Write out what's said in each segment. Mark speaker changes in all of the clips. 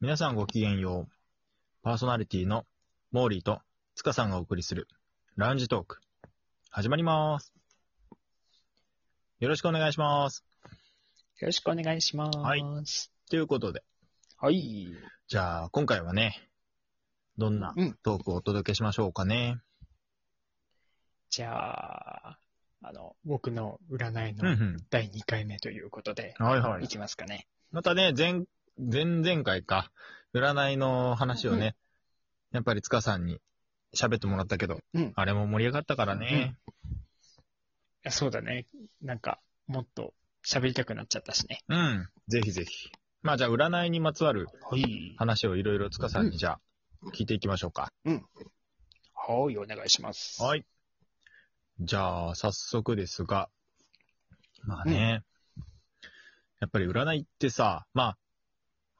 Speaker 1: 皆さんごきげんよう。パーソナリティのモーリーとつかさんがお送りするラウンジトーク、始まります。よろしくお願いします。
Speaker 2: よろしくお願いします。
Speaker 1: はいということで、
Speaker 2: はい。
Speaker 1: じゃあ今回はね、どんな
Speaker 2: うん
Speaker 1: トークをお届けしましょうかね。
Speaker 2: じゃあ、あの、僕の占いうの
Speaker 1: ん
Speaker 2: 第2回目ということで、
Speaker 1: うん。はいはい
Speaker 2: い。きますかね。
Speaker 1: またね、前、前々回か、占いの話を
Speaker 2: うん
Speaker 1: ね、やっぱりつかさんに喋ってもらったけど、
Speaker 2: うん
Speaker 1: あれも盛り上がったからね。
Speaker 2: いやそうだね。なんか、もっと喋りたくなっちゃったしね。
Speaker 1: うん、ぜひぜひ。まあじゃあ占いにまつわる
Speaker 2: はい。
Speaker 1: 話をいろいろつかさんにじゃあ聞いていきましょうか。
Speaker 2: はい、お願いします。。
Speaker 1: はいい。じゃあ早速ですが、まあね、やっぱり占いってさ、まあ、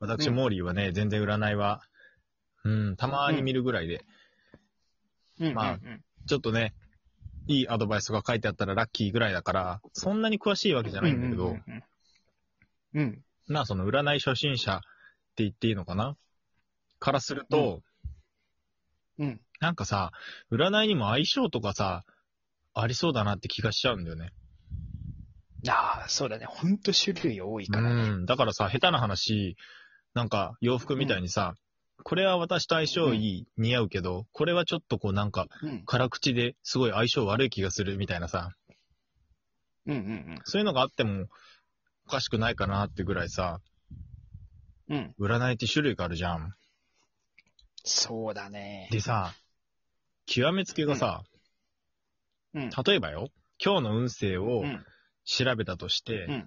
Speaker 1: 私、
Speaker 2: うん
Speaker 1: モーリーはね、全然占いは、うん、たまに見るぐらいで、
Speaker 2: うんうん、うん。
Speaker 1: まあちょっとね、いいアドバイスが書いてあったらラッキーぐらいだから、そんなに詳しいわけじゃないんだけど、
Speaker 2: うんうんうんうん。
Speaker 1: まあその占い初心者って言っていいのかなからすると、
Speaker 2: うんうん。うん。
Speaker 1: なんかさ、占いにも相性とかさ、ありそうだなって気がしちゃうんだよね。
Speaker 2: ああ、そうだね。ほんと種類多いうからね。
Speaker 1: ん。だからさ、下手な話、なんか洋服みたいにさ、これは私と相性いい、似合うけど、これはちょっとこうなんか、
Speaker 2: うん。
Speaker 1: 辛口ですごい相性悪い気がするみたいなさ、
Speaker 2: うんうん
Speaker 1: そういうのがあってもおかしくないかなってぐらいさ、
Speaker 2: うん。うん。
Speaker 1: 占いって種類があるじゃん。
Speaker 2: そうだね。
Speaker 1: でさ、極めつけがさ、
Speaker 2: うん。
Speaker 1: 例えばよ、今日の運勢を
Speaker 2: うん。
Speaker 1: 調べたとして、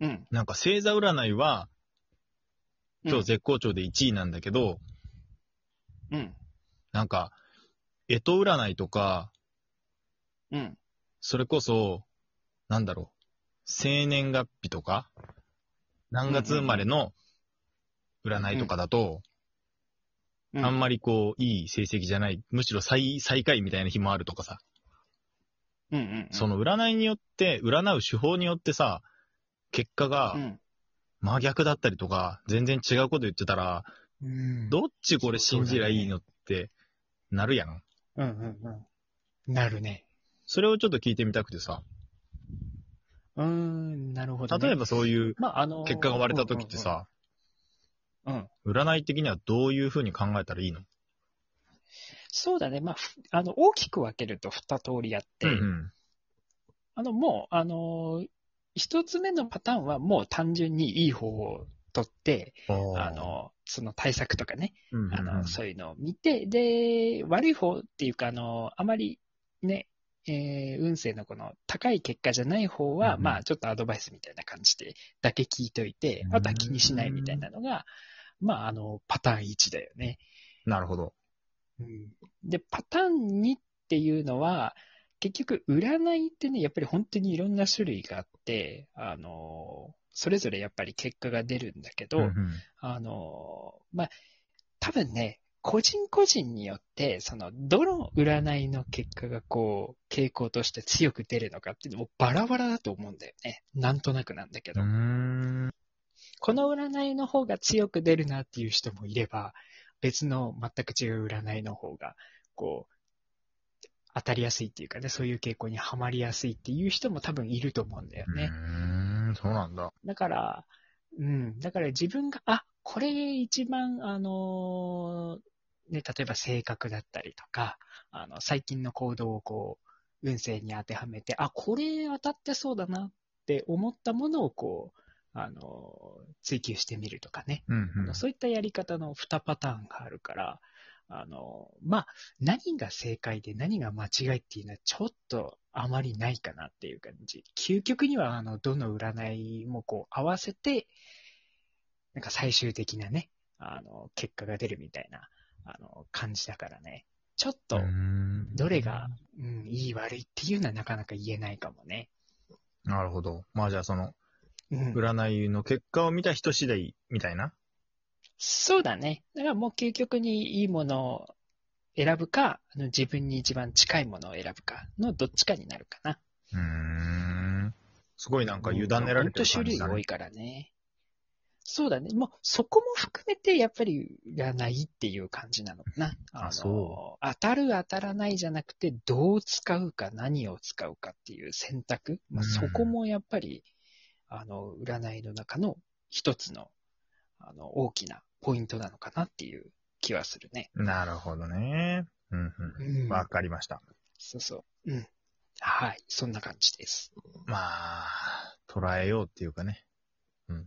Speaker 2: うん。
Speaker 1: なんか星座占いは今日
Speaker 2: ぜ。
Speaker 1: 絶好調で1位なんだけど、
Speaker 2: うん。
Speaker 1: なんか、干支占いとか、
Speaker 2: うん。
Speaker 1: それこそ、なんだろう、生年月日とか、何月生まれの占いとかだと、
Speaker 2: うん。
Speaker 1: あんまりこう、いい成績じゃない、むしろ最、最下位みたいな日もあるとかさ、
Speaker 2: うんうんうん。
Speaker 1: その占いによって、占う手法によってさ、結果が
Speaker 2: うん。
Speaker 1: 真逆だったりとか、全然違うこと言ってたら、
Speaker 2: うん。
Speaker 1: どっちこれ信じりゃいいのってなるやん。
Speaker 2: うんうんうん。なるね。
Speaker 1: それをちょっと聞いてみたくてさ、
Speaker 2: うーん、なるほど、ね。
Speaker 1: 例え、ばそういう
Speaker 2: まあ、あの
Speaker 1: 結果が割れた時って、さ、
Speaker 2: うんうんうんうん
Speaker 1: 占い的にはどういうふうに考えたらいいの
Speaker 2: そうだね。まあ、ふあの、大きく分けると二通りあって、
Speaker 1: うん
Speaker 2: あの、もう、あの、一つ目のパターンはもう単純にいい方を取って、
Speaker 1: うん。
Speaker 2: あの、その対策とかね、
Speaker 1: うんうんうん、
Speaker 2: あの、そういうのを見て、で、悪い方っていうか、あの、あまりね、えー運勢のこの高い結果じゃない方は、
Speaker 1: うんうん
Speaker 2: まあ、ちょっとアドバイスみたいな感じでだけ聞いといて、あとは気にしないみたいなのが、まあ、あの、パターン1だよね。
Speaker 1: なるほど。
Speaker 2: で、パターン2っていうのは、結局、占いってね、やっぱり本当にいろんな種類があって、あの、それぞれやっぱり結果が出るんだけど、
Speaker 1: うんうん
Speaker 2: あのーまあ、多分ね、個人個人によって、その、どの占いの結果がこう、傾向として強く出るのかっていうのもバラバラだと思うんだよね。なんとなくなんだけ
Speaker 1: う
Speaker 2: ど。
Speaker 1: ん。
Speaker 2: この占いの方が強く出るなっていう人もいれば、別の全く違う占いの方が、こう、当たりやすいっていうかね、そういう傾向にはまりやすいっていう人も多分いると思うんだよね。
Speaker 1: うん、そうなんだ。
Speaker 2: だから、うん、だから自分が、あ、これ一番、あのーね、例えば性格だったりとか、あの、最近の行動をこう、運勢に当てはめて、あ、これ当たってそうだなって思ったものをこう、あのー追求してみるとかね。
Speaker 1: うんうん
Speaker 2: そういったやり方の2パターンがあるから、あのーまあ、何が正解で何が間違いっていうのはちょっとあまりないかなっていう感じ。究極には、あの、どの占いもこう合わせて、なんか最終的なね、あの、結果が出るみたいな、あの、感じだからね。ちょっと、
Speaker 1: うん
Speaker 2: どれが、うん、いい悪いっていうのはなかなか言えないかもね。
Speaker 1: なるほど。まあじゃあその、
Speaker 2: うん。
Speaker 1: 占いの結果を見た人次第みたいな。
Speaker 2: そうだね。だからもう究極にいいものを選ぶか、あの自分に一番近いものを選ぶかのどっちかになるかな。
Speaker 1: うん。すごいなんか委ねられてる感じだ
Speaker 2: 本当種類多
Speaker 1: ね
Speaker 2: い。からね。そうだね。もうそこも含めてやっぱり占いっていう感じなのかな。
Speaker 1: あ
Speaker 2: の
Speaker 1: そ
Speaker 2: 当たる当たらないじゃなくて、どう使うか何を使うかっていう選択。まあ、
Speaker 1: うん
Speaker 2: そこもやっぱり、あの、占いの中の一つの、あの、大きなポイントなのかなっていう気はするね。
Speaker 1: なるほどね。うん
Speaker 2: う
Speaker 1: うんん。わかりました。
Speaker 2: そうそう。うん。はい。そんな感じです。
Speaker 1: まあ、捉えようっていうかね。
Speaker 2: うん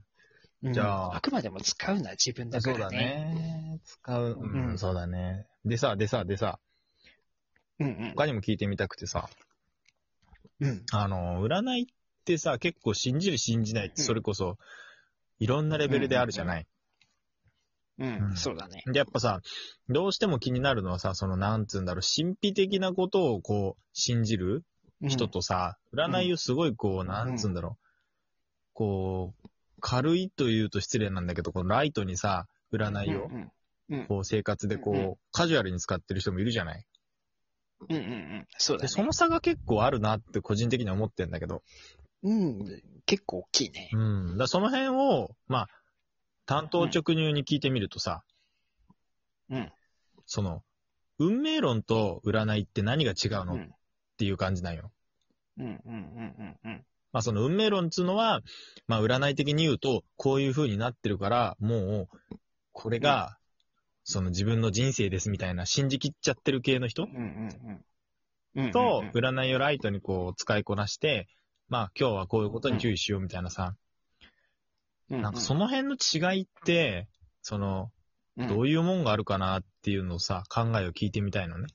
Speaker 1: じゃあ
Speaker 2: あくまでも使うのは自分だからね。。
Speaker 1: 使う、うん、
Speaker 2: うん
Speaker 1: そうだね。でさ、でさ、でさ、
Speaker 2: うん
Speaker 1: 他にも聞いてみたくてさ、
Speaker 2: うん。うん。
Speaker 1: あの、占いってさ、結構信じる信じないって、それこそ、いろんなレベルであるじゃない。
Speaker 2: うん。
Speaker 1: うん
Speaker 2: そうだね。
Speaker 1: で、やっぱさ、どうしても気になるのはさ、その、なんつうんだろう、神秘的なことをこう、信じる人とさ、占いをすごいこう、なんつうんだろう、こう、軽いというと失礼なんだけど、このライトにさ、占いを、
Speaker 2: うんうん。うん
Speaker 1: こう、生活でこ
Speaker 2: うんう
Speaker 1: う、カジュアルに使ってる人もいるじゃない。
Speaker 2: うんうんうん。そうだ
Speaker 1: で、
Speaker 2: ね。
Speaker 1: その差が結構あるなって個人的には思ってんだけど、
Speaker 2: うん。結構大きいね
Speaker 1: う。ん。だからその辺を、まあ、担当直入に聞いてみるとさ、
Speaker 2: うん。
Speaker 1: その、運命論と占いって何が違う
Speaker 2: う
Speaker 1: のっ
Speaker 2: ん。
Speaker 1: ていう感じなんよ。
Speaker 2: うんうんうんうんうん。
Speaker 1: まあその運命論っつうのは、まあ占い的に言うと、こういう風になってるから、もう、これが、その自分の人生ですみたいな、信じきっちゃってる系の人
Speaker 2: うんうんうん。うん。
Speaker 1: と、占いをライトにこう使いこなして、まあ今日はこういうことに注意しようみたいなさ、なんかその辺の違いって、その、
Speaker 2: の
Speaker 1: どういうもんがあるかなっていうのをさ、考えを聞いてみたいのね。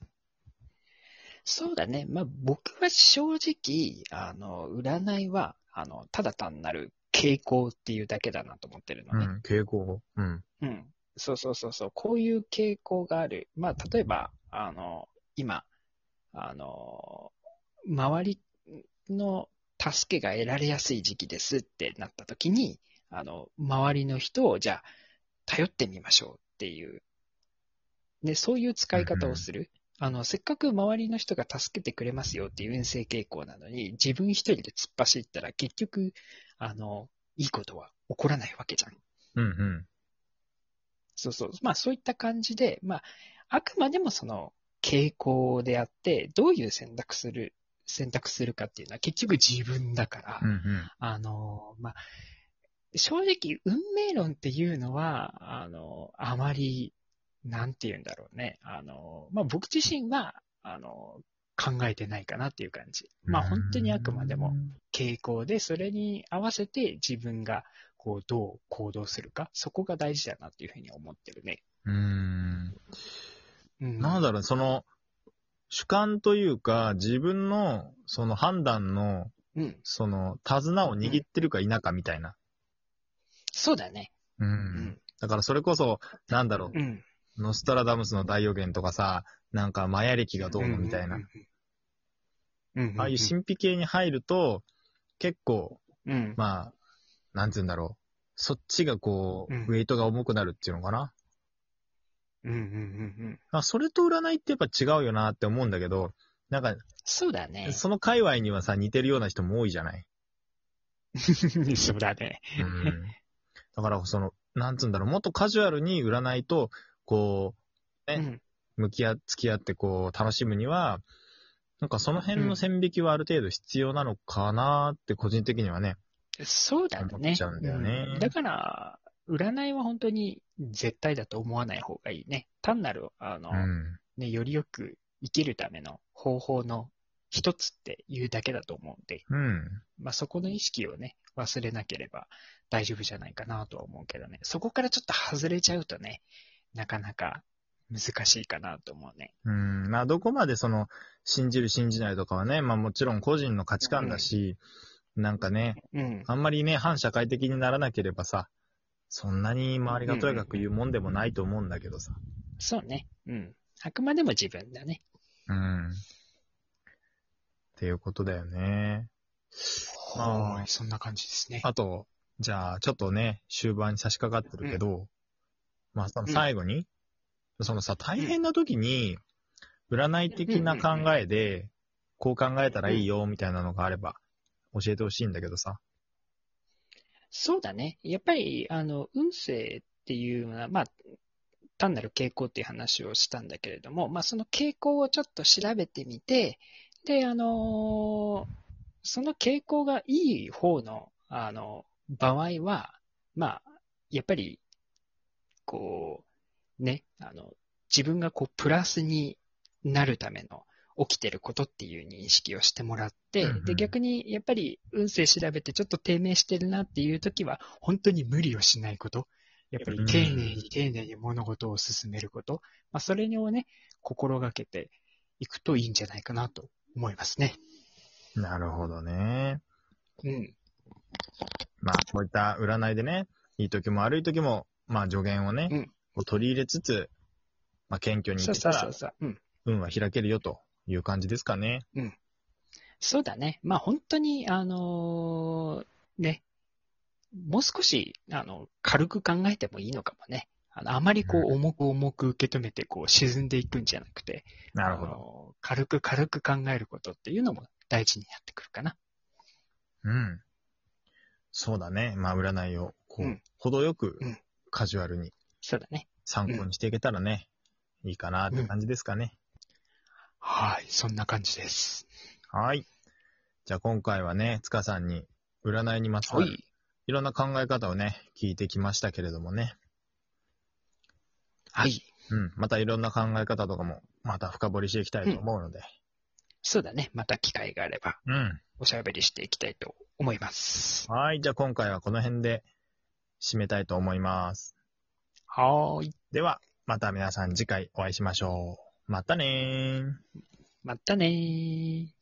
Speaker 2: そうだね。まあ僕は正直、あの、占いは、あの、ただ単なる傾向っていうだけだなと思ってるの
Speaker 1: う
Speaker 2: ね。
Speaker 1: ん、傾向を。うん。
Speaker 2: うん。そうそうそうそう。こういう傾向がある。まあ、例えば、あの、今、あの、周りの助けが得られやすい時期ですってなった時に、あの、周りの人を、じゃあ、頼ってみましょうっていう。ね、そういう使い方をする。あの、せっかく周りの人が助けてくれますよっていう運勢傾向なのに、自分一人で突っ走ったら結局、あの、いいことは起こらないわけじゃん。
Speaker 1: うんうん。
Speaker 2: そうそう。まあそういった感じで、まあ、あくまでもその傾向であって、どういう選択する、選択するかっていうのは結局自分だから、
Speaker 1: うんうん。
Speaker 2: あの、まあ、正直、運命論っていうのは、あの、あまり、なんて言うんだろうね。あの、まあ、僕自身は、あの、考えてないかなっていう感じ。まあ、本当にあくまでも、傾向で、それに合わせて自分がこうどう行動するか、そこが大事だなっていうふうに思ってるね。
Speaker 1: うーん。
Speaker 2: うん
Speaker 1: なんだろう、その、主観というか、自分の、その判断の、
Speaker 2: うん。
Speaker 1: その、手綱を握ってるか否かみたいな。
Speaker 2: そうだね。
Speaker 1: うん。
Speaker 2: うん。
Speaker 1: だからそれこそ、なんだろ
Speaker 2: うん。
Speaker 1: う、ノストラダムスの大予言とかさ、なんかマヤ歴がどうのみたいな
Speaker 2: うん。。うんうん。
Speaker 1: ああいう神秘系に入ると、結構、
Speaker 2: うん。
Speaker 1: まあ、なんつうんだろう。そっちがこう、
Speaker 2: うん
Speaker 1: ウェイトが重くなるっていうのかな。
Speaker 2: うんうんうんうん。
Speaker 1: あそれと占いってやっぱ違うよなって思うんだけど、なんか、
Speaker 2: そうだね。
Speaker 1: その界隈にはさ、似てるような人も多いじゃない。
Speaker 2: そうだね。
Speaker 1: うん。だから、その、なんつうんだろう、もっとカジュアルに占いと、こえ
Speaker 2: うん
Speaker 1: う、向き合、付き合ってこう、楽しむには、なんかその辺の線引きはある程度必要なのかなって、個人的にはね。
Speaker 2: そうだ
Speaker 1: 思
Speaker 2: ね。
Speaker 1: っちゃうんだよね
Speaker 2: うんだから、占いは本当に絶対だと思わない方がいいね。単なる、あの、
Speaker 1: うん。
Speaker 2: ね、よりよく生きるための方法の一つっていうだけだと思うんで、
Speaker 1: うん。
Speaker 2: まあ、そこの意識をね、忘れなければ大丈夫じゃないかなとは思うけどね、そこからちょっと外れちゃうとね、なかなか難しいかなと思うね。
Speaker 1: うん。まあ、どこまでその、信じる信じないとかはね、まあもちろん個人の価値観だし、なんかね、
Speaker 2: うん。
Speaker 1: あんまりね、反社会的にならなければさ、そんなに周りがとやかく言うもんでもないと思うんだけどさ。
Speaker 2: そうね。うん。あくまでも自分だね。
Speaker 1: うん。っていうことだよね。はーい
Speaker 2: はい。そんな感じですね。
Speaker 1: あと、じゃあ、ちょっとね、終盤に差し掛かってるけど、まあ、その最後に、そのさ、大変な時に、占い的な考えで、こう考えたらいいよ、みたいなのがあれば、教えてほしいんだけどさ。
Speaker 2: そうだね。やっぱり、あの、運勢っていうのは、まあ、単なる傾向っていう話をしたんだけれども、まあ、その傾向をちょっと調べてみて、で、あのーその傾向がいい方の、あの、場合は、まあ、やっぱり、こう、ね、あの、自分がこう、プラスになるための、起きてることっていう認識をしてもらって、
Speaker 1: うんうん
Speaker 2: で、逆に、やっぱり、運勢調べてちょっと低迷してるなっていう時は、本当に無理をしないこと。やっぱり丁寧に丁寧に物事を進めること。まあ、それをね、心がけていくといいんじゃないかなと思いますね。
Speaker 1: なるほどね。
Speaker 2: うん。
Speaker 1: まあ、こういった占いでね、いい時も悪い時も、まあ助言をね、
Speaker 2: うん
Speaker 1: こう取り入れつつ、まあ謙虚に
Speaker 2: そ
Speaker 1: 生
Speaker 2: う
Speaker 1: きて
Speaker 2: そ
Speaker 1: た
Speaker 2: うそ
Speaker 1: ら
Speaker 2: う、そう。うん。
Speaker 1: 運は開けるよという感じですかね。
Speaker 2: そうだね。まあ本当に、あのーね、もう少し、あの、軽く考えてもいいのかもね。あのあまりこう、
Speaker 1: う
Speaker 2: 重く重く受け止めて、こう、沈んでいくんじゃなくて、
Speaker 1: なるほ
Speaker 2: あ
Speaker 1: ど。
Speaker 2: のー軽く軽く考えることっていうのも大事になってくるかな。
Speaker 1: うん。そうだね。まあ占いを、こう、
Speaker 2: うん
Speaker 1: 程よく
Speaker 2: うん
Speaker 1: カジュアルに
Speaker 2: そうだね。
Speaker 1: 参考にしていけたらね、いいかなって感じですかね。
Speaker 2: はい。そんな感じです。
Speaker 1: はい。じゃあ今回はね、塚さんに占いにまつわ
Speaker 2: は
Speaker 1: る
Speaker 2: い。
Speaker 1: いろんな考え方をね、聞いてきましたけれどもね。
Speaker 2: はい。
Speaker 1: うん。またいろんな考え方とかも、また深掘りしていきたいと思うので。
Speaker 2: そうだね。また機会があれば、
Speaker 1: うん。
Speaker 2: おしゃべりしていきたいと思います。
Speaker 1: はい。じゃあ今回はこの辺で締めたいと思います。
Speaker 2: はーい。
Speaker 1: では、また皆さん次回お会いしましょう。またねー。
Speaker 2: またねー。